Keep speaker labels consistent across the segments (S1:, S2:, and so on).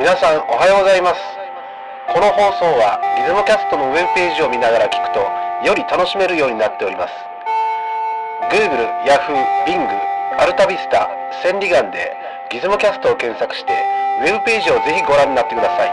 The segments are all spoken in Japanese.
S1: 皆さんおはようございますこの放送はリズムキャストのウェブページを見ながら聞くとより楽しめるようになっております Google、Yahoo、Bing、アルタビスタ、センリガンでギズムキャストを検索してウェブページをぜひご覧になってください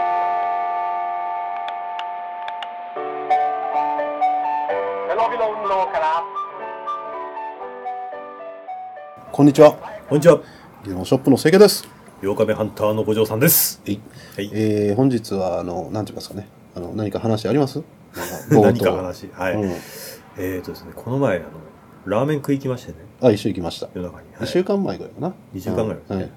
S2: こんにちは。
S3: こんにちは。
S2: ギズモショップの清家です。
S3: 8日目ハンターの五条さんです。
S2: はい。
S3: はい
S2: えー本日は、あの、なんて言いますかね。あの、何か話あり ますなん冒頭
S3: 何か話。はい。
S2: うん。
S3: えーとですね、この前、あの、ラーメン食い行きましてね、
S2: あ、一緒行きました。
S3: 夜中に。
S2: 一
S3: はい
S2: 週間前ぐらいかな。
S3: 二週間ぐらいです
S2: う
S3: ね
S2: んはい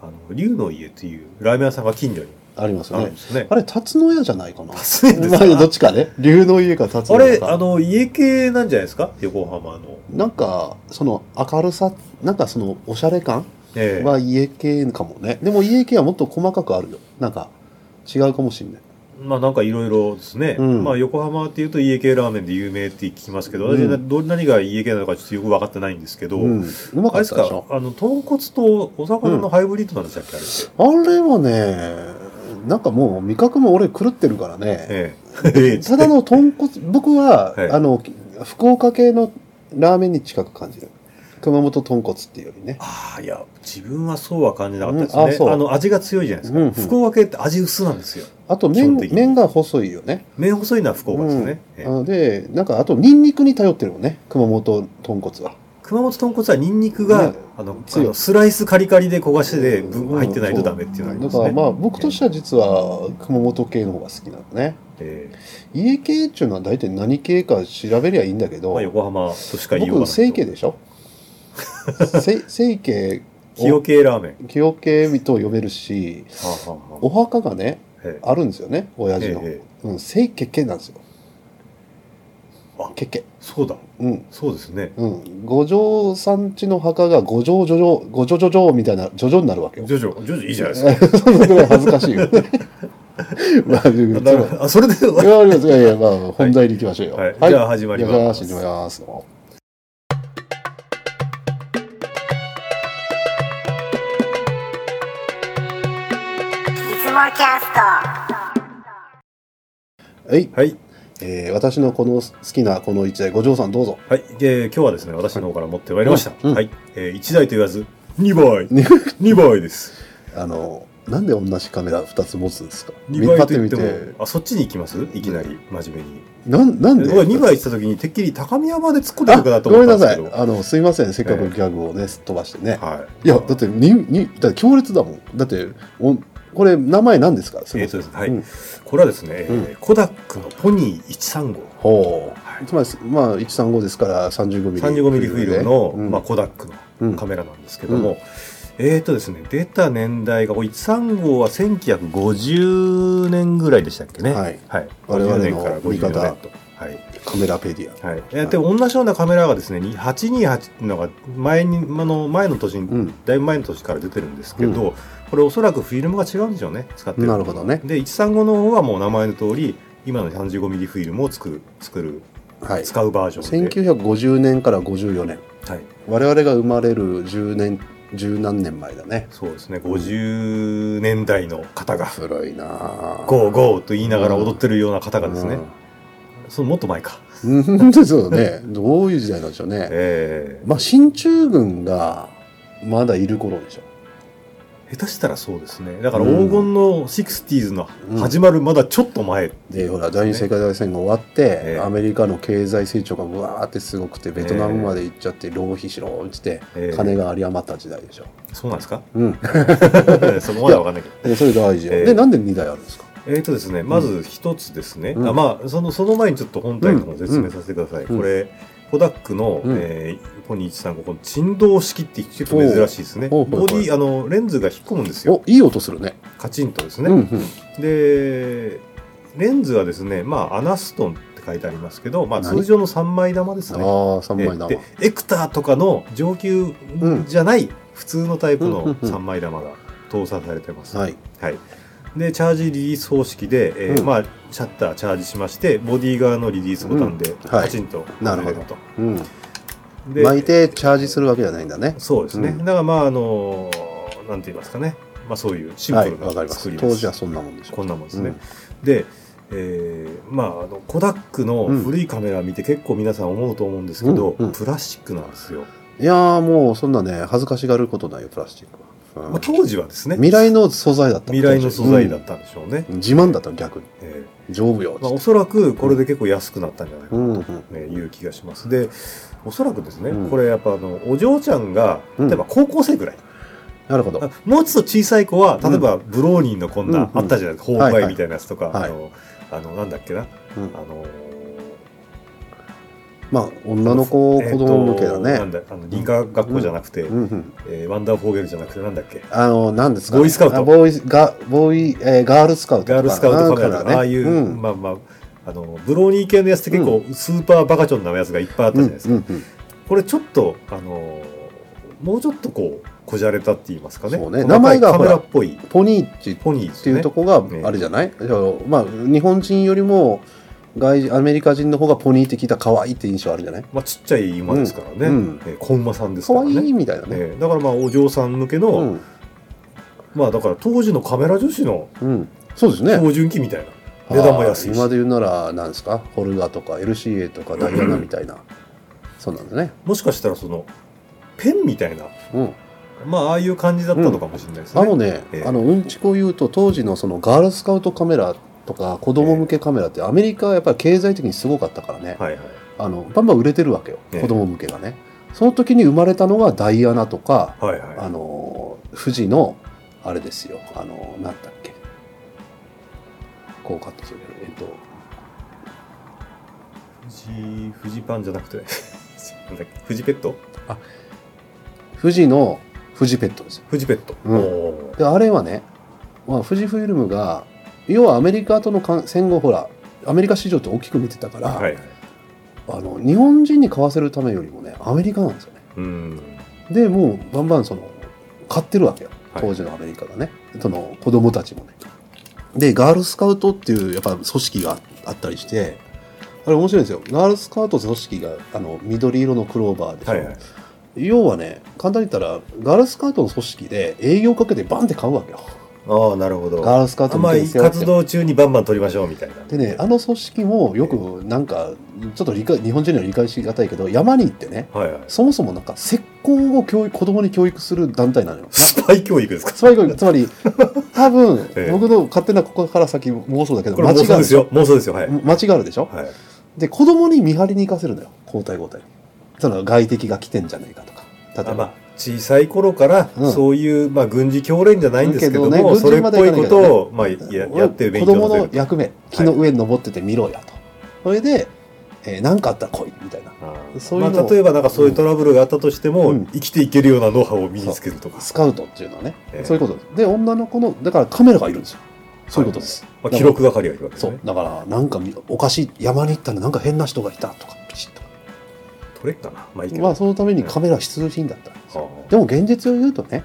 S3: あの、龍の家というラーメン屋さんが近所に
S2: あります
S3: あ
S2: よ
S3: るん
S2: ね
S3: で。すね。
S2: あれ、辰野屋じゃないかな。
S3: 辰野屋ですか
S2: まあどっちかね。竜の家か辰
S3: あ
S2: 野
S3: れ
S2: 屋、か。
S3: あ、の、家系なんじゃないですか横浜の。
S2: なんか、その明るさ、なんかそのおしゃれ感
S3: ええ
S2: は家系かもね。でも家系はもっと細かくあるよ。なんか、違うかもしんない。
S3: まあなんかいろいろですね。
S2: うん
S3: まあ横浜っていうと家系ラーメンで有名って聞きますけど、私、
S2: うん
S3: ど何が家系なのかちょっとよく分かってないんですけど、
S2: うん。うま
S3: あ
S2: か
S3: れ
S2: っ
S3: です
S2: たでし
S3: か
S2: ょ。
S3: あの、豚骨とお魚のハイブリッドなんでしたっけ、あれ。
S2: あれはね、なんかもう味覚も俺狂ってるからね。
S3: ええ。ええ
S2: ただの豚骨、僕は、
S3: はい
S2: あの、福岡系のラーメンに近く感じる。熊本豚骨っていうよりね。
S3: ああ、いや、自分はそうは感じなかったです
S2: うんあ
S3: ね。
S2: そう
S3: あの、味が強いじゃないですか。
S2: うんうん
S3: 福岡系って味薄なんですよ。
S2: あと
S3: 基
S2: 麺
S3: 本的に
S2: 麺が細いよね。
S3: 麺細いのは福岡ですね。ええ
S2: うんで、なんかあとニンニクに頼ってるよね。熊本豚骨は。
S3: 熊本豚骨はニンニクが、
S2: ね
S3: あの、あ
S2: 強い
S3: のスライスカリカリで焦がしてで、ぶ
S2: うん
S3: 入ってないとダメっていうのがあり
S2: だ
S3: ます
S2: か
S3: ね。
S2: らまあ僕としては実は熊本系の方が好きなのね。
S3: ええ
S2: 家系っていうのは大体何系か調べりゃいいんだけど。
S3: まあ、横浜としか言いようが
S2: 僕、
S3: な
S2: 清
S3: い。
S2: 家でし ょせ清家
S3: 清
S2: を
S3: 系ラーメン。
S2: 清家と呼べるし、
S3: はあはあはあ
S2: お墓がね、
S3: ええ
S2: あるんですよね、親父の。
S3: ええ
S2: うん、清家家なんですよ。
S3: あ
S2: 家家。
S3: そうだ。
S2: うん。
S3: そうですね。
S2: うん。五条さんちの墓が五条女々、五条女々みたいな、女々になるわけよ。
S3: ジョジョ、ジョジョいいじゃないです か。
S2: そのぐらい恥ずかしいよ ね。まあ、いう
S3: なるほ どあ、それで、
S2: いや、ありますいやいや、まあ、本題に行きましょうよ。
S3: はいじゃあ始まります
S2: じゃあ始まります。は
S4: いつもキャスト
S2: い。
S3: はい。
S2: えー私のこの好きなこの一台、五条さんどうぞ。
S3: はい、えー今日はですね、私の方から持ってまいりました。
S2: うんうん
S3: はい、えー、1台と言わず、2倍
S2: ね
S3: !2 倍です。
S2: あの、なんで同じカメラ2つ持つんですか
S3: 2倍と
S2: 引
S3: 言
S2: っ張
S3: って
S2: て
S3: も、あ、そっちに行きますいきなり、真面目に。
S2: みて。なん、なんで
S3: 僕は2倍行った時に、てっきり高宮まで突っ込んでるかなと
S2: ご
S3: 思
S2: め
S3: っ
S2: ん
S3: た
S2: なんさ
S3: です
S2: い
S3: け。ど。
S2: あの、すいません。せっかくギャグをね、すっ飛ばしてね。
S3: はい。
S2: いや、だって、に、に、だって強烈だもん。だって、おこれ、名前何ですかすい
S3: え
S2: ま
S3: ー
S2: せ
S3: と
S2: ん
S3: ですね、はい、
S2: うん
S3: これはですね、え
S2: う
S3: ーコダックのポニー135。
S2: ほう。つまり、まあ、135ですから、35ミリ。
S3: 35ミリフィルムの、
S2: うん
S3: まあ、コダック
S2: うん
S3: のカメラなんですけども、えーとですね、出た年代が、これ135は1950年ぐらいでしたっけね。
S2: はい
S3: はい。
S2: 我々の
S3: 50年から
S2: 味
S3: 54
S2: 方
S3: 年と。はい。
S2: カメラペディア。
S3: はい、で同じようなカメラがですねに828っていうのが前にあの前の年に、
S2: うん
S3: だいぶ前の年から出てるんですけど、これおそらくフィルムが違うんでしょうね使ってる
S2: なるほどね
S3: で135の方はもう名前の通り今の 35mm フィルムを作る作る
S2: はい。
S3: 使うバージョンで、
S2: 1950年から54年。
S3: はい、
S2: 我々が生まれる10年、十何年前だね。
S3: そうですね50年代の方が
S2: 古いなぁ
S3: 「ゴーゴー」と言いながら踊ってるような方がですね、
S2: うん
S3: そのもっと前か、
S2: うん そうね。どういう時代なんでしょうね。
S3: え
S2: まあ、進駐軍がまだいる頃でしょ。
S3: ー下手したらそうですねだから黄金の 60s の始まるまだちょっと前、
S2: で、ほら、第二次世界大戦が終わって、
S3: ええ
S2: アメリカの経済成長がうわーってすごくて、ベトナムまで行っちゃって、浪費しろーって言っ
S3: え
S2: て、
S3: え
S2: 金が有り余った時代でしょ。
S3: そうなんですか
S2: うん。
S3: そこまでわかんないけど。
S2: でそれ大事よ。
S3: ええ
S2: で、なんで2台あるんですか
S3: えーとですね、まず一つですね、
S2: うん
S3: あまあそのその前にちょっと本体の方を説明させてください、
S2: うん
S3: これコダックの、
S2: うん
S3: えーポニー135この振動式ってちょっと珍しいですね
S2: ほう
S3: ボ
S2: ほうほう
S3: ディあのレンズが引っ込むんですよ
S2: お、いい音するね。
S3: カチンとです
S2: う
S3: ね、
S2: んうん。
S3: でレンズはですねまあアナストンって書いてありますけど、まあ、
S2: 何
S3: 通常の3枚玉です
S2: ああ
S3: ね、
S2: ー、3枚
S3: え
S2: 生
S3: ー。でエクターとかの上級
S2: うん
S3: じゃない普通のタイプ
S2: うんう
S3: の
S2: んうん
S3: 3枚玉が搭載されてます、
S2: はい。
S3: はい、でチャージリリース方式で、えー
S2: うん
S3: まあ、シャッターチャージしましてボディ側のリリースボタンで
S2: んはい
S3: カチンと
S2: な
S3: な
S2: る
S3: れ
S2: ほど
S3: ると、
S2: うん。
S3: で
S2: 巻いてチャージするわけじゃないんだね。
S3: そうですね、
S2: うん
S3: だからまああのーなんて言いますかね、ままあ、そういうシン
S2: は
S3: プ
S2: い、
S3: ル
S2: わかり
S3: な
S2: ま
S3: 作
S2: す
S3: り。です、
S2: 当時はそんなもんでしょう。
S3: こんなもんです
S2: う
S3: ね
S2: ん。
S3: で、えーまあ、あのコダックの古いカメラ見て結構皆さん思うと思うんですけど、
S2: うんうん
S3: プラスチックなんですよ、
S2: いやーもうそんなね、恥ずかしがることないよ、プラスチックは。うん
S3: まあ、当時はですね
S2: 未来の素材だったの
S3: 未来の素材だったんでしょうね、
S2: うん自慢だったの、逆に。
S3: え
S2: 丈夫よ
S3: ー。まあ、おそらくこれで結構安くなったんじゃないか
S2: う
S3: な、
S2: んうん
S3: ねいう気がしますでおそらくですね、
S2: うん
S3: これやっぱあのお嬢ちゃんが
S2: う
S3: 例
S2: ん
S3: えば高校生ぐらい、
S2: なるほど。
S3: もうちょっと小さい子は例えばブローニンのこんな、
S2: うんうん
S3: あったじゃないですか
S2: はい
S3: 崩
S2: は
S3: 壊
S2: い
S3: みたいなやつとか、
S2: はい
S3: あのあのなんだっけな
S2: うん
S3: あの
S2: まあ、女の子、子供向けだ
S3: えーとなん
S2: ね。
S3: だあの林間学校じゃなくて、
S2: うんうん。
S3: えーワンダーフォーゲルじゃなくてなんだっけ
S2: あの、なんですか、
S3: ボーイスカウト
S2: あボーイス、がボーイ、えーガールスカウトとか。
S3: ガールスカウトカメラ
S2: な
S3: と
S2: ん
S3: か、ああいう、
S2: うん。
S3: まあまああのブローニー系のやつって結構スーパーバカチョンなやつがいっぱいあったじゃないですか、
S2: うんうんうん
S3: これちょっとあのーもうちょっとこうこじゃれたって言いますかね
S2: そうね
S3: 細かい
S2: 名前が
S3: カ
S2: ほ
S3: メ
S2: ら
S3: ラっぽい
S2: ポニーチっ
S3: ポニーです
S2: てい
S3: ね
S2: うとこが
S3: ね
S2: あれじゃない、じゃあまあ、日本人よりも外人アメリカ人の方がポニーって聞いた可愛いって印象あるじゃない
S3: まあ、ちっちゃい馬ですからね、
S2: うんうん
S3: えー小馬さんですか
S2: 可
S3: ら
S2: 愛
S3: ね
S2: いみたいなね。
S3: えーだからまあお嬢さん向けの、
S2: うん、
S3: まあだから当時のカメラ女子の
S2: うん、そうですね。
S3: 標準機みたいな、値段も安い
S2: あー
S3: し
S2: 今で言うなら、なんですか、ホルガとか LCA とかダイアナみたいな。そうなんだね。
S3: もしかしたらそのペンみたいな
S2: うん。
S3: まあああいう感じだったのかもしれないですね、
S2: あのね、
S3: ええ
S2: あのうんちくを言うと当時のそのガールスカウトカメラとか子供向けカメラってアメリカはやっぱり経済的にすごかったからね、
S3: はいはい
S2: あのバンバン売れてるわけよ、
S3: ええ
S2: 子供向けがねその時に生まれたのがダイアナとか、
S3: はいはい
S2: あの富士のあれですよあのなんだっけこうカットするけどえっと
S3: 富士富士パンじゃなくて なんだっけ富士ペット
S2: 富士の富士ペットですよ
S3: 富士ペット、
S2: うん
S3: おー
S2: であれはね、まあ、富士フイルムが要はアメリカとの関戦後ほらアメリカ市場って大きく見てたから、
S3: はいはい
S2: あの日本人に買わせるためよりもねアメリカなんですよね
S3: うん
S2: でもうバンバンその買ってるわけよ
S3: はい
S2: 当時のアメリカがね、その子供たちもねでガールスカウトっていうやっぱ組織があったりしてあれ面白いんですよガールスカウトって組織があの緑色のクローバーでしょ、
S3: はいはい
S2: 要はね簡単に言ったらガールスカウトの組織で営業かけてバンって買うわけよ
S3: ああなるほど
S2: ガールスカウ
S3: あ
S2: ト
S3: まあ
S2: の店をやって
S3: 活動中にバンバン撮りましょうみたいな
S2: でねあの組織もよくなんかちょっと理解日本人には理解しがたいけど山に行ってね
S3: はいはい
S2: そもそもなんか、石膏を教育、子供に教育する団体なのよ。
S3: スパイ教育ですか
S2: つまり、つまり、多分、
S3: ええ
S2: 僕の勝手なここから先妄想だけど、
S3: これ
S2: 間
S3: 妄
S2: 違
S3: 想
S2: う
S3: ですよ妄想ですよはい、
S2: 間違うでしょ、
S3: はい、
S2: で、子供に見張りに行かせるのよ。交代交代。その外敵が来てんじゃないかとか。例え
S3: あ
S2: ば。
S3: まあ小さい頃から、
S2: うん
S3: そういう、まあ、軍事教練じゃないんですけども、
S2: だけどね
S3: それっぽい
S2: 軍
S3: こ
S2: 人まではいかないけ
S3: とを、まあ、ややって勉
S2: 子
S3: 強
S2: 供
S3: させ
S2: の
S3: る
S2: 役目、木の上に登ってて見ろやと。それで、えー何かあったら来い、みたいな。
S3: あー
S2: そういうのを
S3: まあ、例えばなんかそういうトラブルがあったとしても、
S2: うん
S3: 生きていけるようなノウハウを身につけるとか、
S2: スカウトっていうのはね、
S3: ええ
S2: そういうことです。で、女の子の、だからカメラがいるんですよ。そういうことです。
S3: まあ、記録係がいるわけです
S2: そ
S3: ね
S2: うだからなんかみおかしい山に行ったらなんか変な人がいたとかピシッとか
S3: 取れっかなまあいいけど、
S2: まあそのためにカメラは必需品だったんですよ
S3: ああ
S2: でも現実を言うとね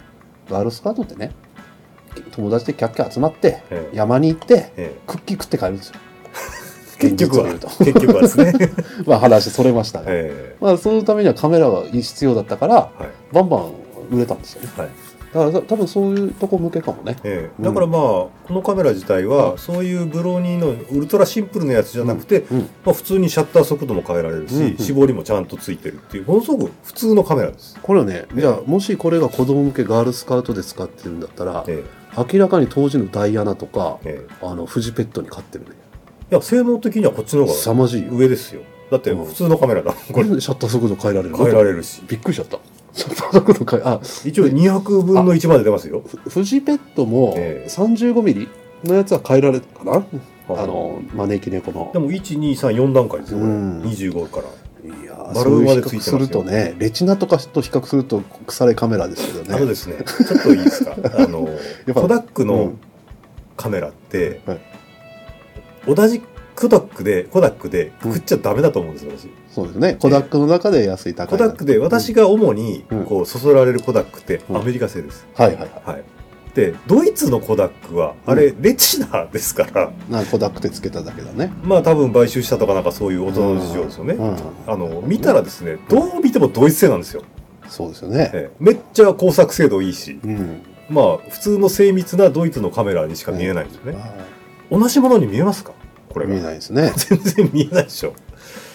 S2: ガールスカウトってね友達でキャッキャ集まって
S3: ええ
S2: 山に行って
S3: え
S2: クッキー食って帰るんですよ
S3: え結局は
S2: 現実を
S3: 結局はですね、
S2: 言うとまあ話それましたが、
S3: え
S2: まあそのためにはカメラが必要だったから
S3: えはい
S2: バンバン売れたんですよね
S3: はい
S2: だから多分そういうとこ向けかもね
S3: え
S2: う
S3: え、
S2: ん
S3: だからまあ、このカメラ自体は、そういうブローニーのウルトラシンプルなやつじゃなくて、
S2: うんうん
S3: まあ、普通にシャッター速度も変えられるし、
S2: うんうん
S3: 絞りもちゃんとついてるっていうものすごく普通のカメラです、
S2: これはね
S3: え
S2: じゃあもしこれが子供向けガールスカウトで使ってるんだったら
S3: え
S2: 明らかに当時のダイアナとか
S3: えええ、
S2: あの、フジペットに買ってるね。
S3: いや性能的にはこっちの方
S2: 凄
S3: が
S2: まじいよ。
S3: 上ですよだって普通のカメラだもん
S2: こ
S3: こ
S2: れ
S3: れ
S2: でシャッター速度変えられるの
S3: 変えられるし
S2: びっくりしちゃった。シャッター速度変え、あ、
S3: 一応200分の1まで出ますよ
S2: フジペットも
S3: ええ
S2: 35ミリのやつは変えられたかな
S3: はい
S2: あの、招き猫の
S3: で。も1234段階ですよこれ
S2: うん
S3: 25から
S2: いやー
S3: バ
S2: そ
S3: ルー
S2: う
S3: ン
S2: い
S3: ま
S2: う
S3: で
S2: 比
S3: つ
S2: 較
S3: いてます
S2: す
S3: よ
S2: るとね、レチナとかと比較すると腐れカメラですけ
S3: あ
S2: ど
S3: ので
S2: ね。
S3: すねちょっとい いですかあの
S2: ぱ
S3: コダック
S2: う
S3: の
S2: ん
S3: カメラって、
S2: はい
S3: 同じコダックでコダックでくくっちゃダメだと思うんですよ私
S2: そうですね。コダックの中で安い高
S3: コ
S2: いな。
S3: ダックで私が主に
S2: うん
S3: こうそそられるコダックって
S2: うん
S3: アメリカ製です、
S2: はいはいは
S3: はいでドイツのコダックはあれレチナですから、
S2: い。なんかコダックってつけただけだね。
S3: まあ多分買収したとかなんかそういう大人の事情ですよね、
S2: うん。
S3: あの見たらですねどう見てもドイツ製なんですよ、
S2: そうですよね。
S3: ええめっちゃ工作精度いいし
S2: うん。
S3: まあ普通の精密なドイツのカメラにしか見えないんですよね、
S2: あ
S3: 同じものに見えますかこ
S2: ー
S3: れ
S2: 見え
S3: が
S2: ないですね。
S3: 全然見えないでしょ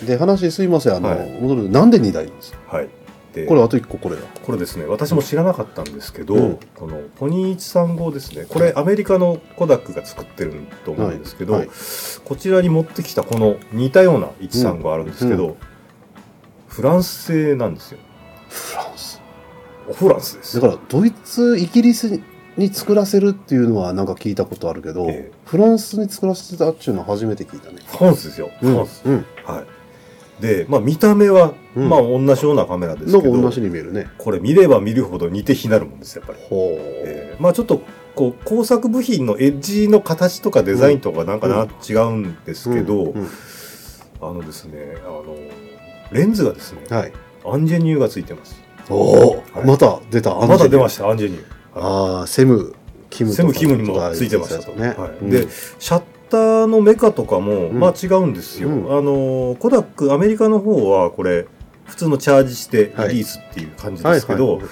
S2: で、話すいません。あの、
S3: はい
S2: 戻る。なんで2台なんですか
S3: はいで
S2: これ、あと1個これだ。
S3: これですね私も知らなかったんですけど、
S2: うん
S3: このポニー135ですねこれアメリカのコダックが作ってると思うんですけど、
S2: はいはい
S3: こちらに持ってきたこの似たような135あるんですけど、フランス製なんですよ
S2: フランス。
S3: フランスです
S2: だから、ドイツ、イギリスに作らせるっていうのはなんか聞いたことあるけど、
S3: ええ
S2: フランスに作らせてたっていうのは初めて聞いたね。
S3: フランスですよ、
S2: うん。
S3: フラ
S2: う
S3: ンス
S2: ん。
S3: はいでまあ見た目は、
S2: うん
S3: まあ同じようなカメラです
S2: な
S3: け
S2: んか同
S3: ど
S2: じに見えるね。
S3: これ見れば見るほど似て非なるもんですやっぱり、
S2: ほう。
S3: えーまあちょっとこう工作部品のエッジの形とかデザインとかなんかな、
S2: う
S3: 違うんですけど、
S2: うんうん
S3: あのですねあのレンズがですね、
S2: はい。
S3: アンジェニューがついてます
S2: おお、
S3: はい
S2: また出た。
S3: まだ出ま
S2: し
S3: したアンジェニューはい
S2: ああ、セム、キムとか
S3: セムキムにもついてましたと、
S2: ね。
S3: はい
S2: うん
S3: で、シャッターのメカとかも、
S2: うん
S3: まあ違うんですよ、
S2: うん
S3: あのコダックアメリカの方はこれ普通のチャージしてリリ
S2: はい
S3: ースっていう感じですけど、
S2: はいはい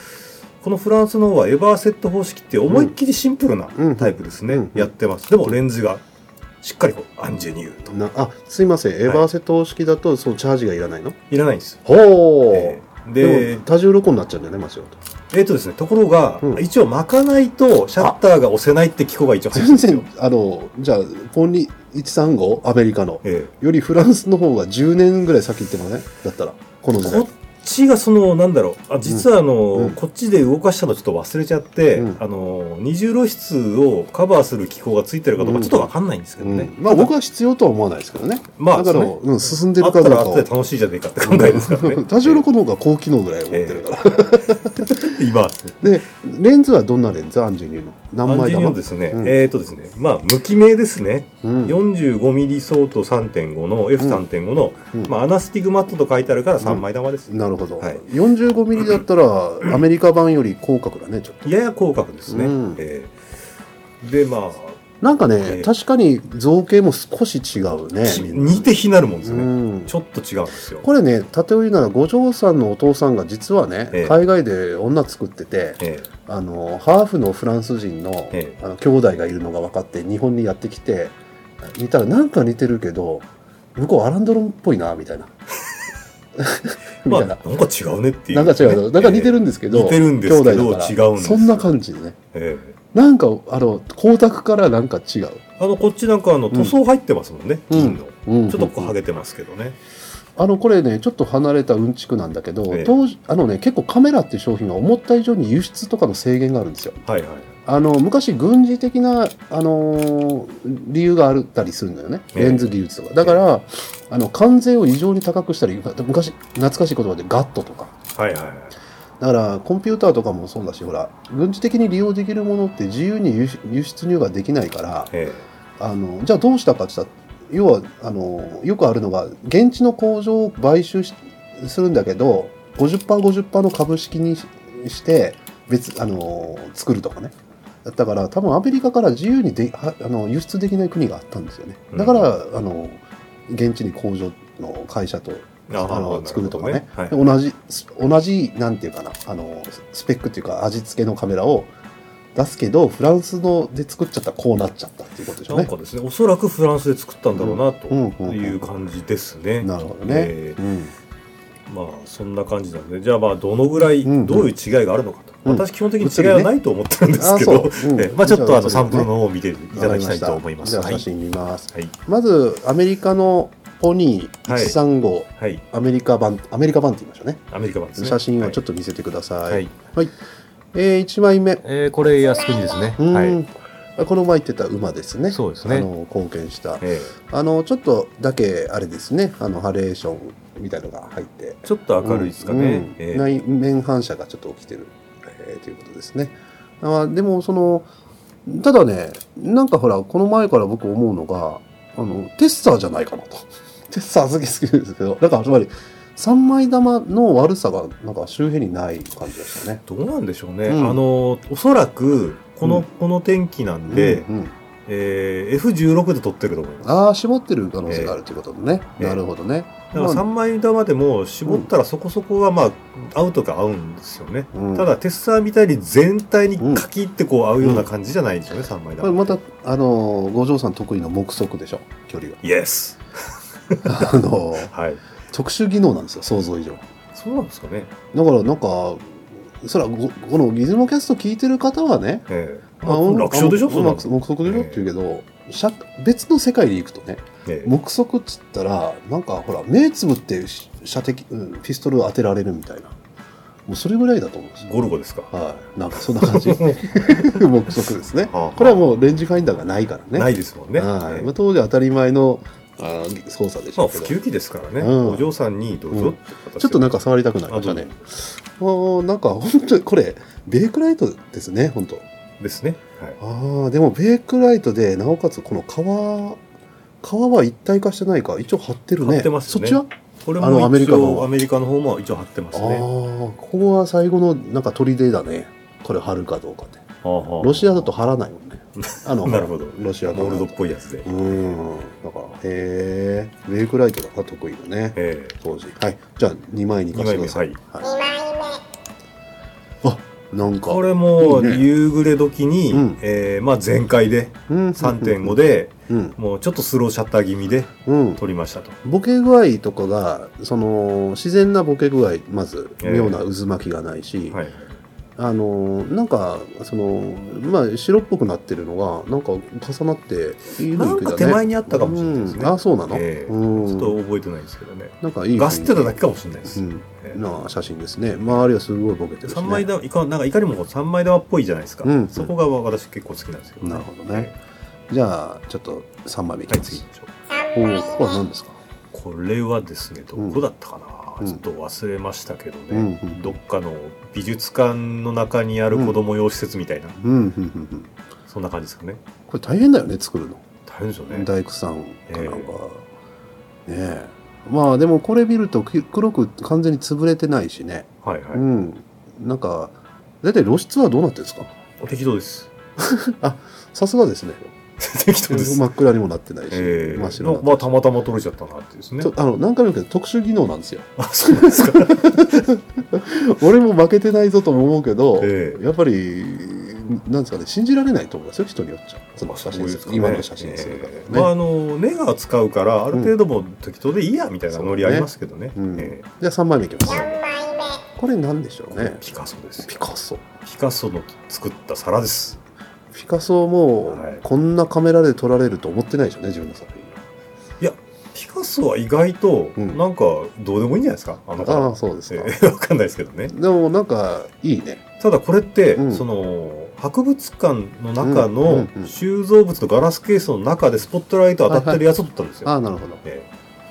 S3: このフランスの方はエバーセット方式って思いっきりシンプルな
S2: うん
S3: タイプですね、
S2: うん
S3: やってますでもレンズがしっかりこうアンジェニューと
S2: なあ、すいません。エバーセット方式だと、そのチャージがいらないの
S3: いらないんですよ、
S2: ほう、
S3: えー
S2: で
S3: で
S2: も多重録音になっちゃうんだよね、間違うと。
S3: えっ、とですねところが、
S2: うん
S3: 一応巻かないとシャッターが押せないって機構が一応入ってる
S2: 全
S3: んですよ
S2: 然、あの、じゃあ、ポンリ135、アメリカの。
S3: え
S2: よりフランスの方が10年ぐらい先行ってますね。だったら、この時
S3: ー
S2: 代
S3: こ。っちがそのなんだろうあ実はあの、
S2: うん
S3: こっちで動かしたのちょっと忘れちゃって、
S2: うん
S3: あの二重露出をカバーする機構がついてるかどうかちょっとわかんないんですけ
S2: う
S3: どね、
S2: ん、まあ僕は必要とは思わないですけどね。
S3: まあ
S2: だから、
S3: そうね
S2: うん、進んで
S3: あ
S2: る
S3: った
S2: かどう
S3: ら
S2: か。
S3: あって楽しいじゃねえかって考えですからね
S2: 多重録音の方が高機能ぐらい持ってるから。
S3: 今はですね
S2: で、レンズはどんなレンズアンジュニューの。何
S3: アン
S2: 枚
S3: ジェ
S2: だ
S3: ニュ
S2: の
S3: ーですね、
S2: うん
S3: えっ、とですね、まあ、無機名ですね、
S2: うん
S3: 45ミリ相当3.5の F3.5 の、
S2: うん
S3: まあ、アナスティグマットと書いてあるから3枚玉です。
S2: なるほど。
S3: はい
S2: 45ミリだったら、アメリカ版より広角だね、ちょっと。
S3: やや広角ですね。
S2: うん
S3: えーで、まあ、
S2: なんかね、
S3: え
S2: 確かに造形も少し違うね。
S3: ち似て非なるもんです
S2: う
S3: ね、
S2: ん
S3: ちょっと違うんですよ。
S2: これね、例え言うなら、五条さんのお父さんが実はね、
S3: ええ
S2: 海外で女作ってて、
S3: え
S2: あの、ハーフのフランス人の、
S3: え
S2: あの兄弟がいるのが分かって、日本にやってきて、見たらなんか似てるけど、向こうアランドロンっぽいな、み たいな。みたい
S3: ーまあ、な
S2: な。
S3: んか違うねっていう、
S2: なんか違う。なんか似て
S3: る。
S2: るんですけど、
S3: 似てるんですけど
S2: 兄弟だから
S3: 違うんです
S2: そ
S3: よ
S2: んな感じでね。
S3: えー
S2: なんか、あの、光沢からなんか違う。
S3: あのこっちなんかあの塗装入ってますもんね、
S2: うん
S3: 金の、
S2: うん
S3: ちょっとこうはげてますけどね、
S2: あの、これね、ちょっと離れたうんちくなんだけど、
S3: ええ
S2: 当時、あのね、結構カメラっていう商品は思った以上に輸出とかの制限があるんですよ。
S3: はいはい
S2: あの、昔、軍事的な、あのー理由があったりするんだよね。
S3: ええ
S2: レンズ流通とか。だから、あの、関税を異常に高くしたり、昔、懐かしい言葉でガットとか。
S3: はいはいはい
S2: だから、コンピューターとかもそうだし、ほら、軍事的に利用できるものって自由に輸出輸出入ができないから、
S3: え
S2: あのじゃあどうしたかって言ったら要はあのよくあるのが現地の工場を買収しするんだけど 50%50% の株式にしして別あの作るとかねだったから多分アメリカから自由にではあの輸出できない国があったんですよねだから、あの現地に工場の会社と
S3: ーなるほど
S2: あの作るとかね
S3: はい
S2: 同じす同じなんていうかなあのスペックっていうか味付けのカメラを出すけどフランスので作っちゃったらこうなっちゃったっていうことでしょう
S3: なん
S2: ね
S3: かですね、おそらくフランスで作ったんだろうな
S2: うん
S3: と
S2: うん
S3: いう感じですね。
S2: なるほどね、
S3: え
S2: うん
S3: ーまあそんな感じなんで、じゃあまあどのぐらい、
S2: うんうん
S3: どういう違いがあるのかと。
S2: うん
S3: 私基本的に違いはないと思ってるんですけど、
S2: あそううん
S3: えーまあちょっとあ
S2: じゃ
S3: の
S2: あ
S3: サンプルの方を見ていただきたいと思います。
S2: わか
S3: は
S2: りま
S3: い
S2: し。たじゃあ写真見ます、
S3: はい。
S2: まずアメリカのポニー135、
S3: はい。
S2: アメリカ版アメリカ版って言いましょうね
S3: アメリカ版ですね。
S2: 写真を
S3: は
S2: ちょっと見せてください、
S3: はい。
S2: えー、1枚目
S5: えーこれ靖国ですね。
S2: うん、
S5: はい。
S2: あこの前言ってた馬ですね
S5: そうですね
S2: あの貢献した
S3: え
S2: あのちょっとだけあれですねあのハレーションみたいのが入って
S3: ーちょっと明るいですか
S2: うんう
S3: ね
S2: ん。
S3: えー
S2: 内面反射がちょっと起きてる、えーということですね。あーでもそのただねなんかほらこの前から僕思うのがあのテッサーじゃないかなと テッサー好き好きですけどだからつまり三枚玉の悪さがなんか周辺にない感じでしたね。
S3: どうなんでしょうね。
S2: うん
S3: あのおそらくこの、この天気なんで、
S2: うんうん
S3: えー F16 で撮ってると思います。
S2: ああ、絞ってる可能性があるということでね。
S3: ええ
S2: なるほどね。
S3: だから3枚玉でも絞ったらそこそこはまあ合うとか合うんですよね。
S2: うん
S3: ただテッサーみたいに全体にカキってこう合うような感じじゃないんですよね、3枚
S2: これ
S3: 玉。
S2: また、あのー、五条さん得意の目測でしょ、距離が。
S3: イエス
S2: あのー、
S3: はい。
S2: 特殊技能なんですよ、想像以上。
S3: そうなんですかね。
S2: だからなんか、そら、ごこのギズモキャスト聞いてる方はね、
S3: ええ
S2: あ
S3: 楽勝でしょ
S2: あ
S3: そんなの
S2: 目目測でしょって言うけど、しゃ別の世界で行くとね、
S3: ええ
S2: 目測っつったら、なんかほら、目つぶってし射的、うんピストルを当てられるみたいな。もうそれぐらいだと思うんですよ。
S3: ゴルゴですか。
S2: はい。なんかそんな感じ。目測ですね。
S3: はあ
S2: これはもうレンジファインダーがないからね。
S3: ないですもんね。
S2: は
S3: え
S2: い
S3: え
S2: まあ、当時は当たり前のあー操作でし
S3: ま
S2: ょ
S3: あ
S2: うけ
S3: 普
S2: ど、
S3: 及機ですからね、
S2: うん
S3: お嬢さんにどうぞって形で、
S2: ちょっとなんか触りたくなりましたね。あーなんか本当にこれ、ベイクライトですね、本当。
S3: ですね、はい、
S2: ああ、でもベイクライトで、なおかつこの皮、皮は一体化してないか、一応貼ってるね。
S3: 貼ってます
S2: そ
S3: ね
S2: っちは、
S3: これ
S2: あの
S3: も
S2: アメリ
S3: 一
S2: カの
S3: 応
S2: は
S3: アメリカの方も一応貼ってま
S2: ああ
S3: すね
S2: ー、ここは最後のなんか砦だね。これ貼るかどうかって。ロ
S3: ロ
S2: シアだと貼らないもんね。あの、
S3: なるほど
S2: ロシアの
S3: モールドっぽいやつで、
S2: うん。だから、へえ、ベイクライトが得意だね。
S3: え
S2: 当時はいじゃあ2枚に貸
S3: え2
S2: して
S3: 枚
S2: く
S3: 目
S2: ださ、
S3: はいい
S4: 2枚目
S2: あなんか
S3: これも
S2: いいね
S3: 夕暮れ時に、
S2: うん
S3: えーまあ、全開で
S2: うん
S3: 3.5で、
S2: うん
S3: もうちょっとスローシャッター気味で
S2: うん
S3: 撮りましたと、
S2: ボケ具合とかがその自然なボケ具合まず
S3: ええ
S2: 妙な渦巻きがないし、
S3: はい、
S2: あのなんかそのまあ白っぽくなってるのがなんか重なっていい雰囲気だ
S3: な
S2: ね
S3: んか手前にあったかもしれないです
S2: う
S3: ね、
S2: んあそうなの、
S3: ええ
S2: うん
S3: ちょっと覚えてないですけどね
S2: なんかいい雰囲気
S3: ガスってただけかもしれないです、
S2: うん
S3: ええ
S2: な写真ですね周りはすごいボケてるし、ね、
S3: 三枚玉いかなんかいかにもこう三枚玉っぽいじゃないですか、
S2: うん
S3: そこが私結構好きなんですよ、
S2: なるほどねじゃあちょっと3枚目いき
S3: はい
S2: ます、
S3: 次行きましょ
S2: お
S3: う
S4: 3枚目
S2: おこれは何ですか
S3: これはですねどこだったかな、
S2: うん
S3: ちょっと忘れましたけどね、
S2: うんうん
S3: どっかの美術館の中にある子供用施設みたいな、
S2: うんうんうんうん
S3: そんな感じですかね
S2: これ大変だよね作るの、
S3: 大変でしょうね
S2: 大工さんかなんか、ねえまあでもこれ見るとき黒く完全に潰れてないしね、
S3: はいはい、
S2: うんなんか大体露出はどうなってるんですか
S3: 適当です
S2: さすがですね
S3: 適当です、
S2: 真っ暗にもなってないし、
S3: ええ
S2: 真っ白になって
S3: まあたまたま取れちゃったなっていうですね
S2: ちょあの何回も言うけど特殊技能なんですよ
S3: あ そうなんですか
S2: 俺も負けてないぞとも思うけど、
S3: ええ
S2: やっぱりなんですかね信じられないと思いますよ人によっちゃその写真
S3: そうですかね
S2: 今の写真にするからね
S3: え、えまああの根が使うからある程度も適当でいいやみたいなノリありますけどね、
S2: うん
S3: ええ
S2: じゃあ3枚目いきます、
S4: 4枚目
S2: これ何でしょうね
S3: ピカソですよ
S2: ピカソ
S3: ピカソの作った皿です
S2: ピカソも
S3: はい
S2: こんなカメラで撮られると思ってないでしょうね自分の作品
S3: ピカソは意外と
S2: うん
S3: なんかどうでもいいんじゃないですか、あの
S2: ああ
S3: 方
S2: そうですか、
S3: え ーわかんないですけどね
S2: でもなんかいいね
S3: ただこれって、
S2: うん
S3: その博物館の中
S2: う
S3: の
S2: んうんうん
S3: 収蔵物とガラスケースの中でスポットライト当たってるやつを撮ったんですよ、
S2: ああなるほどね、
S3: え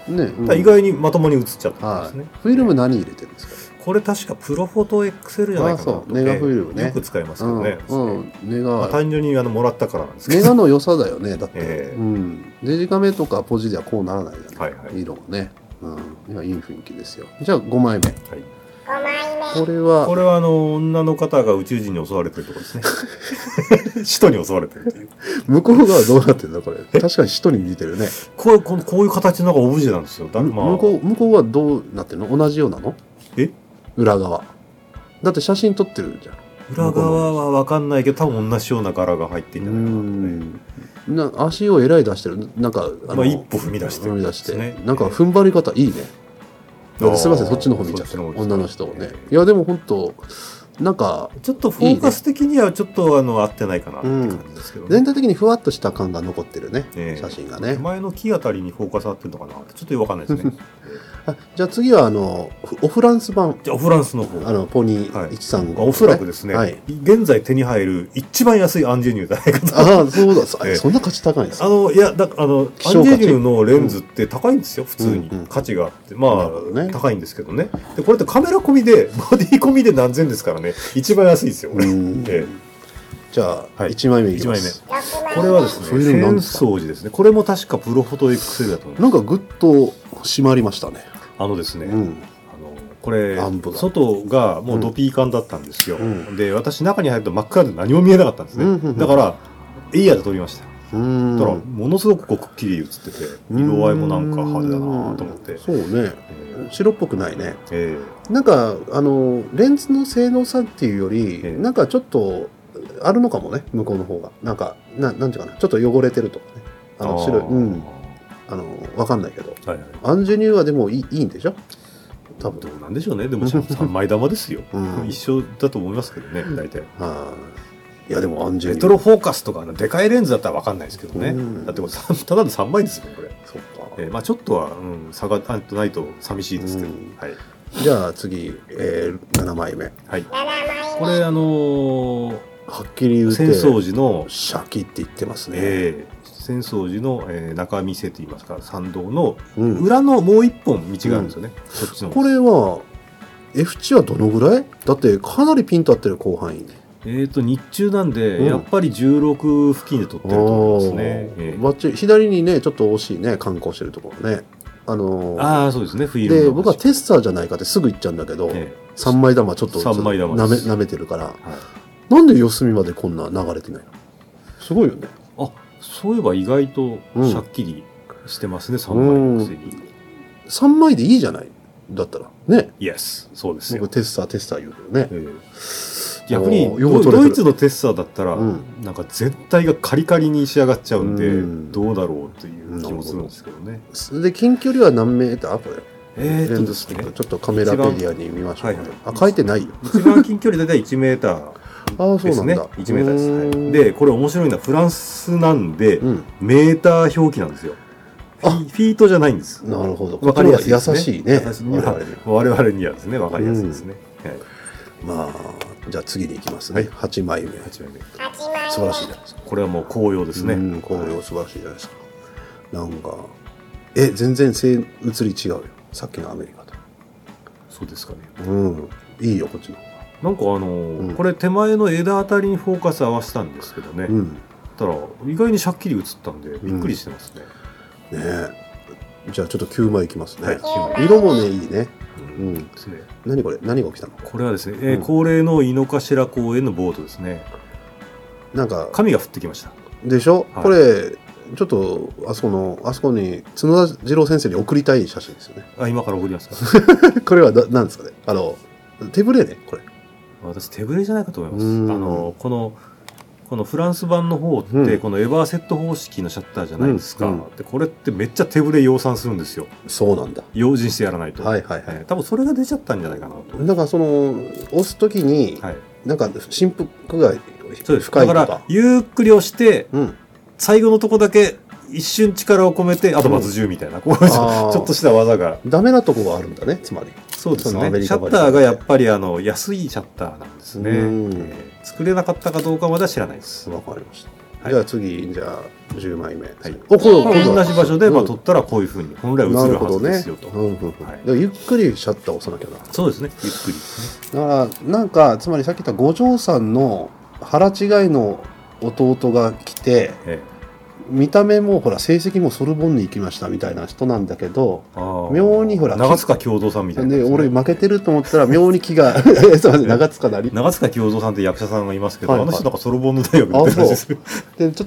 S2: う
S3: ー
S2: ん
S3: ただ意外にまともに映っちゃったん
S2: は
S3: ですね、
S2: い、フィルム何入れてるんです
S3: これ確かプロフォトエクセルじゃないかなと
S2: ああそうネガフィルムね
S3: よく使います
S2: か
S3: けどね、
S2: うん、うん、ネ
S3: まあ、
S2: ガ
S3: 単純にあのもらったからなんですけ
S2: ネ
S3: ど
S2: ガの良さだよねだって、
S3: ええ
S2: うん、デジカメとかポジではこうならないじゃない、
S3: はいはい
S2: 色がね、うん、いやいい雰囲気ですよじゃあ5枚目
S3: はい
S4: 5枚目
S2: これは
S3: これはあの女の方が宇宙人に襲われてるところですね 使徒に襲われてるっていう
S2: 向こう側どうなってるんだこれ確かに人に似てるね、
S3: こうこのこういう形のなんかオブジェなんですよ。だ
S2: む
S3: まあ
S2: 向こう向こうはどうなってるの同じようなの
S3: え
S2: 裏側だって写真撮ってるじゃん
S3: 裏側は分かんないけど多分同じような柄が入っていた
S2: う
S3: だけ
S2: んな足をえらい出してるなんかあ
S3: まあ一歩踏み出してる
S2: 踏み出して、
S3: ですね
S2: なんか踏ん張り方いいね
S3: あー
S2: すみませんそっちの方見ちゃった
S3: そっちの方です
S2: 女の人をね
S3: ええ
S2: いやでも本当なんか
S3: ちょっとフォーカス的にはちょっとあの合ってないかなって感じですけど、ね
S2: 全体的にふわっとした感が残ってるね、
S3: ええ
S2: 写真が
S3: 手
S2: ね
S3: 前の木あたりにフォーカス合ってるのかなってちょっと分かんないですね。
S2: あじゃあ次はあのフオフランス版
S3: じゃあフランスの方
S2: あのポニ
S3: は
S2: ー
S3: い
S2: 135、
S3: おそらくですね、
S2: はい、
S3: 現在手に入る一番安いアンジェニューじゃない かと。
S2: ああそうだ、そ
S3: ええ
S2: そんな価値高いんですか
S3: あのいやだあの
S2: 希
S3: ア
S2: 少
S3: ン
S2: 価
S3: ジ
S2: 値
S3: ェニューのレンズって高いんですよ普通に、
S2: うんうん
S3: 価値があってま
S2: な
S3: あ
S2: るほど、ね
S3: 高いんですけどねでこれってカメラ込みでボディ込みで何千ですからね一番安いですよ、これ
S2: うん
S3: え
S2: じゃあ、
S3: はい
S2: 一1枚目いきます
S3: 一枚
S4: 6枚目
S3: これはですね
S2: そういうのなんで
S3: 浅
S2: すか
S3: 草寺ですねこれも確かプロフォト XL だと思う
S2: なんかぐっと締まりましたね。
S3: あのですね、
S2: うん。
S3: あのこれ
S2: 暗部だ
S3: 外がもうドピー缶だったんですよ、
S2: うん
S3: で私中に入ると真っ暗で何も見えなかったんですね、
S2: うんうんうん
S3: だからエイヤーで撮りました
S2: うん
S3: だからものすごくこうくっきり映ってて色合いもなんか派手だなと思って
S2: そうね白っぽくないね
S3: えー
S2: なんかあのレンズの性能差っていうより、
S3: ええ
S2: なんかちょっとあるのかもね向こうの方がなんかななんていうかなちょっと汚れてるとかねあの白い
S3: ー
S2: うんあのわかんないけど
S3: はいはい
S2: アンジェニューはでもいいいいんでしょ多分
S3: どうなんでしょうねでも三枚玉ですよ
S2: うん
S3: 一緒だと思いますけどね大体
S2: はいいやでもアンジェ
S3: レ
S2: ニュー
S3: トロフォーカスとかあのでかいレンズだったらわかんないですけどね
S2: うん
S3: だってこれ三ただの3枚ですよこれ、
S2: そうか
S3: えーまあ、ちょっとは、うん、差があないと寂しいですけど、
S2: うん
S3: はい、
S2: じゃあ次、えー、7枚目は
S3: はい、
S4: 枚
S3: これあのー
S2: っきり言うて
S3: 浅草寺の
S2: シャキって言ってますね、
S3: えー浅草寺の、えー中見世といいますか参道の
S2: うん、
S3: 裏のもう一本道があるんですよね、そっちの
S2: これは F 値はどのぐらいだってかなりピンと合ってる広範囲で
S3: えー、と日中なんで、
S2: うん
S3: やっぱり16付近で撮ってると思いますね、えー
S2: バッチリ左にねちょっと惜しいね観光してるところねあのー
S3: ああそうですね冬色の
S2: で
S3: 話
S2: 僕はテッサーじゃないかってすぐ行っちゃうんだけど、
S3: え
S2: 三枚玉ちょっと
S3: 三枚玉で
S2: なめ
S3: す
S2: 舐めてるから
S3: えはい
S2: なんで四隅までこんな流れてないのすごいよね
S3: あそういえば意外と
S2: うん
S3: シャッキリしてますね、三3枚のくせに。
S2: 三枚でいいじゃないだったらね
S3: イエス、そうですよ
S2: 僕。テッサーテッサー言うけどね
S3: ええ逆に
S2: おーよ
S3: ド
S2: う取れてる
S3: ドイツのテッサーだったら、
S2: うん
S3: なんか全体がカリカリに仕上がっちゃうんで、
S2: うん
S3: どうだろうという気もするんですけどね。
S2: で近距離は何メーターこれ
S3: えー、
S2: レ
S3: っ
S2: ンズ
S3: とで
S2: ス
S3: す
S2: ピッ
S3: ね
S2: クちょっとカメラペディアに見ましょうかね、
S3: 一番
S2: あ書いてないよ
S3: 一番近距離だいたい1メーター
S2: ああそう
S3: で
S2: な
S3: す
S2: ん
S3: ね。
S2: だ
S3: 1メーターです
S2: うー
S3: は
S2: ん
S3: い。で、これ面白いのはフランスなんで、
S2: うん
S3: メーター表記なんですよ。フ
S2: あ
S3: ィフィートじゃないんです。
S2: なるほど
S3: わかりやすいですね
S2: 優しいね
S3: 優しいね
S2: 我々に
S3: 我々にはですね、わかりやすいですね。はい。
S2: まあじゃあ次に行きますね、八8枚目
S3: 八枚目
S4: 8枚目
S2: 素晴らしいじゃないですか
S3: これはもう紅葉ですね。
S2: うん紅葉素晴らしいじゃないですかなんかえ全然性移り違うよさっきのアメリカと
S3: そうですかね。
S2: うんいいよこっちの方
S3: なんかあのー
S2: うん
S3: これ手前の枝あたりにフォーカス合わせたんですけどね。
S2: がうんね
S3: たら意外にしゃっきり映ったんでびっくりしてますね。
S2: えじゃあちょっと9枚いきますね、
S3: はい九枚
S2: 色もねいいね
S3: うん
S2: うん
S3: ですね。
S2: 何これ何が起きたの
S3: これはですね、えー
S2: うん
S3: 恒例の井の頭公園のボートですね。
S2: なんか
S3: 神が降ってきました。
S2: でしょ、
S3: はい
S2: これちょっとあそこのあそこに角田二郎先生に送りたい写真ですよね
S3: あ今から送りますか。
S2: これはな何ですかねあの手ぶれねこれ
S3: 私手ぶれじゃないかと思います。
S2: うん
S3: あのーこのこのフランス版の方って、
S2: うん
S3: このエバーセット方式のシャッターじゃないですか、
S2: うんう
S3: でこれってめっちゃ手ぶれ養蚕するんですよ
S2: そうなんだ
S3: 用心してやらないと、
S2: はいはいは
S3: え
S2: い
S3: ー多分それが出ちゃったんじゃないかなと、
S2: なんかその押す時に、
S3: はい、
S2: なんか振幅が
S3: そうです
S2: 深いと
S3: だ
S2: か
S3: からゆっくり押して
S2: うん、
S3: 最後のとこだけ一瞬力を込めてアドバンス10みたいな、こうち
S2: あ
S3: ょ
S2: ー
S3: ちょっとした技が
S2: ダメなとこがあるんだねつまり
S3: そうです
S2: そのアメ
S3: ね
S2: リ
S3: シ
S2: カ
S3: ャ
S2: バ
S3: ッ
S2: リア
S3: ターがやっぱりあの安いシャッターなんですね、
S2: う
S3: え
S2: ん
S3: ー作れなかったかどうかまでは知らないです、
S2: わかりました、
S3: はい
S2: じゃあ次じゃあ10枚目、はいお今度
S3: まあ
S2: 今度
S3: 同
S2: は
S3: じ場所で、まあ、
S2: うん
S3: 撮ったらこういうふうに本来映る
S2: なるほ
S3: は
S2: ど
S3: ずで
S2: ね
S3: すよと、
S2: うんうんうん
S3: はい
S2: だからゆっくりシャッター押さなきゃな
S3: そうですねゆっくりですね
S2: だからなんかつまりさっき言った五条さんの腹違いの弟が来て
S3: え
S2: 見た目もほら成績もソルボンに行きましたみたいな人なんだけど
S3: えあー
S2: 妙にほら
S3: 長塚共同さんみたいな
S2: で
S3: やつね、
S2: 俺負けてると思ったら妙に気が えすいません長塚なり
S3: 長塚共同さんって役者さんがいますけど、
S2: はいはい
S3: あの人なんかソロボンの大学みたいな感じです
S2: でちょっと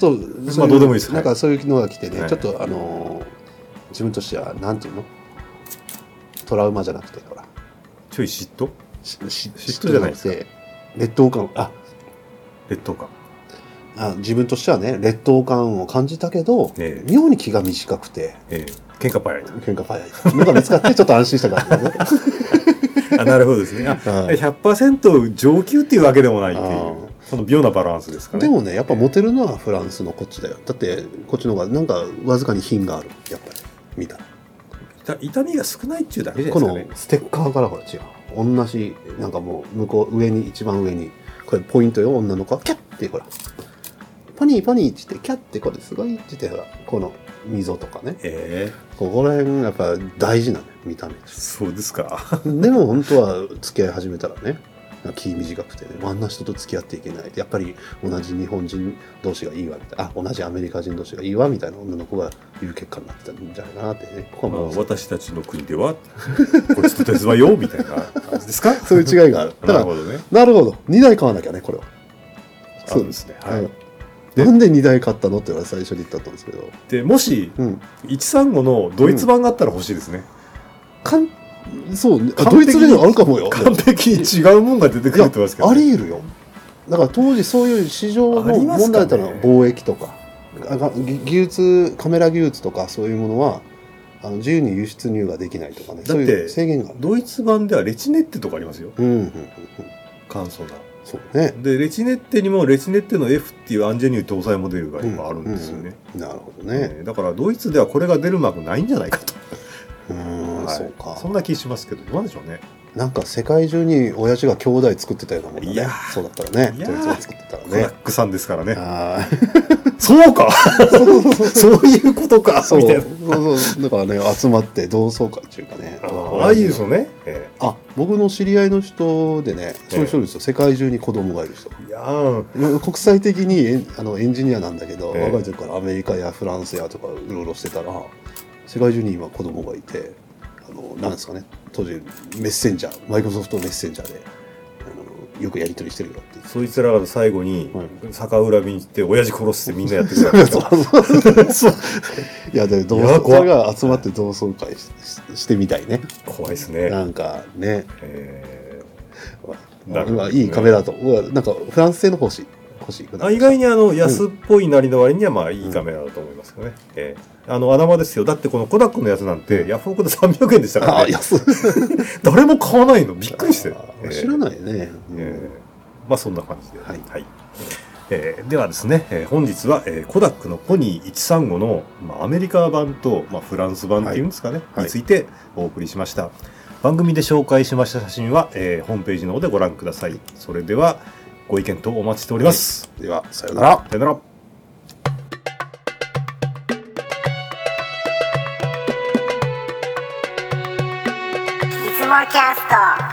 S2: そ
S3: どうでもいいです
S2: なんかそういうのが来てね、
S3: はい
S2: ちょっとあのー自分としてはなんていうのトラウマじゃなくてほら
S3: ちょい嫉妬
S2: しし
S3: 嫉妬じゃないです
S2: 嫉妬じゃなくて劣等感あ
S3: 劣等感
S2: あ自分としてはね劣等感を感じたけど、
S3: ええ
S2: 妙に気が短くて
S3: ええ喧嘩 早い
S2: 喧嘩早いのが見つかってちょっと安心したからね
S3: あなるほどですねあ
S2: はい
S3: 100%上級っていうわけでもないってい
S2: あ
S3: う
S2: ー
S3: その妙なバランスですかね
S2: でもねやっぱモテるのはフランスのこっちだよだってこっちの方がなんかわずかに品があるやっぱり見た
S3: 痛痛みが少ないっていうだけじゃな
S2: こ
S3: いで
S2: の
S3: すかね
S2: ステッカーからほら違う同じなんかもう向こう上に一番上にこれポイントよ女の子はキャッてほらパニーパニーって言ってキャッてこれすごいって言ってほらこの溝とかね
S3: ええ
S2: ここら辺がやっぱ大事なのよ見た目
S3: そうですか
S2: でも本当は付き合い始めたらね気短くてねあんな人と付き合っていけないやっぱり同じ日本人同士がいいわみたいなあ同じアメリカ人同士がいいわみたいな女の子が言う結果になってたんじゃないかなってねここは
S3: まあ
S2: もう
S3: 私たちの国ではこいつと手伝いよみたいな感じですか
S2: そういう違いがあるだか
S3: なる
S2: ら
S3: ほどね
S2: なるほど2台買わなきゃねこれは
S3: そうですねはい、
S2: うんなんで2台買ったのってのは最初に言ったと思うんですけど、
S3: でもし
S2: うん、
S3: 135のドイツ版があったら欲しいですね、
S2: かんそうねあ
S3: 完
S2: ドイ
S3: 璧
S2: ツ
S3: に
S2: でもあるかもよ
S3: 完璧に違うもんが出てくるって言ってますけど、
S2: あり得るよだから当時そういう市場の
S3: あります
S2: 問
S3: か
S2: 題だっ
S3: ね
S2: たのは貿易とかあが技技術カメラ技術とかそういうものはあの自由に輸出入ができないとかね
S3: だ
S2: そ
S3: っ
S2: う
S3: て
S2: いう制限がある
S3: ドイツ版ではレチネッテとかありますよ
S2: うんうんうんうん
S3: 簡素な
S2: そうね
S3: でレチネッテにもレチネッテの F っていうアンジェニュー搭載モデルが今あるんですよね、
S2: なるほどね
S3: えーだからドイツではこれが出る幕ないんじゃないかと、
S2: うーん
S3: はい
S2: そうか
S3: そんな気しますけどどうなんでしょうね
S2: なんか世界中に親父が兄弟作ってたようなもんだね
S3: いや
S2: そうだったらね
S3: いや
S2: ドイツが作ってたら
S3: コナッ
S2: ね
S3: クさんですからね
S2: あ
S3: そうか
S2: あ
S3: そういうことか
S2: そう
S3: みたい
S2: そう
S3: な
S2: そうそうだからね集まって同窓会っていうかね
S3: ああいいですよね、え
S2: あ僕の知り合いの人でね
S3: え
S2: そういう人いるんですよ世界中に子供がいる人
S3: ーいやー
S2: 国際的にエンあのエンジニアなんだけど、
S3: ええ
S2: 若い時からアメリカやフランスやとかうろうろしてたら世界中に今子供がいてあのなんですかね当時メッセンジャーマイクロソフトメッセンジャーであのよくやり取りしてるよって
S3: そいつらが最後に
S2: はい
S3: 逆恨みにして親父殺すってみんなやってくれたん ですかそう
S2: いやで同
S3: いや
S2: 窓
S3: 怖っ
S2: それが集まって同窓会しししてみたいね
S3: 怖いですね、
S2: なんかね
S3: えなるほ
S2: う
S3: ど
S2: わいいカメラだとうわなんかフランス製の欲しい欲しい
S3: ーあ意外にあの安っぽいなりの割にはまあいいカメラだと思いますけどね、えーあの穴場ですよだってこのコダックのやつなんてヤフオクで300円でしたから、ね
S2: あ、安い
S3: 誰も買わないのびっくりして
S2: あ知ら
S3: い、
S2: ないね。
S3: えー
S2: うん
S3: まあそんな感じでは
S2: はい
S3: えーではですね、えー本日は、えーコダックのポニー135の、まあ、アメリカ版と、まあ、フランス版っていうんですかね、
S2: はい
S3: についてお送りしました番組で紹介しました写真は、えーホームページの方でご覧くださいそれではご意見とお待ちしております、
S2: では、さようなら。
S3: さよなら
S4: いつもキャスト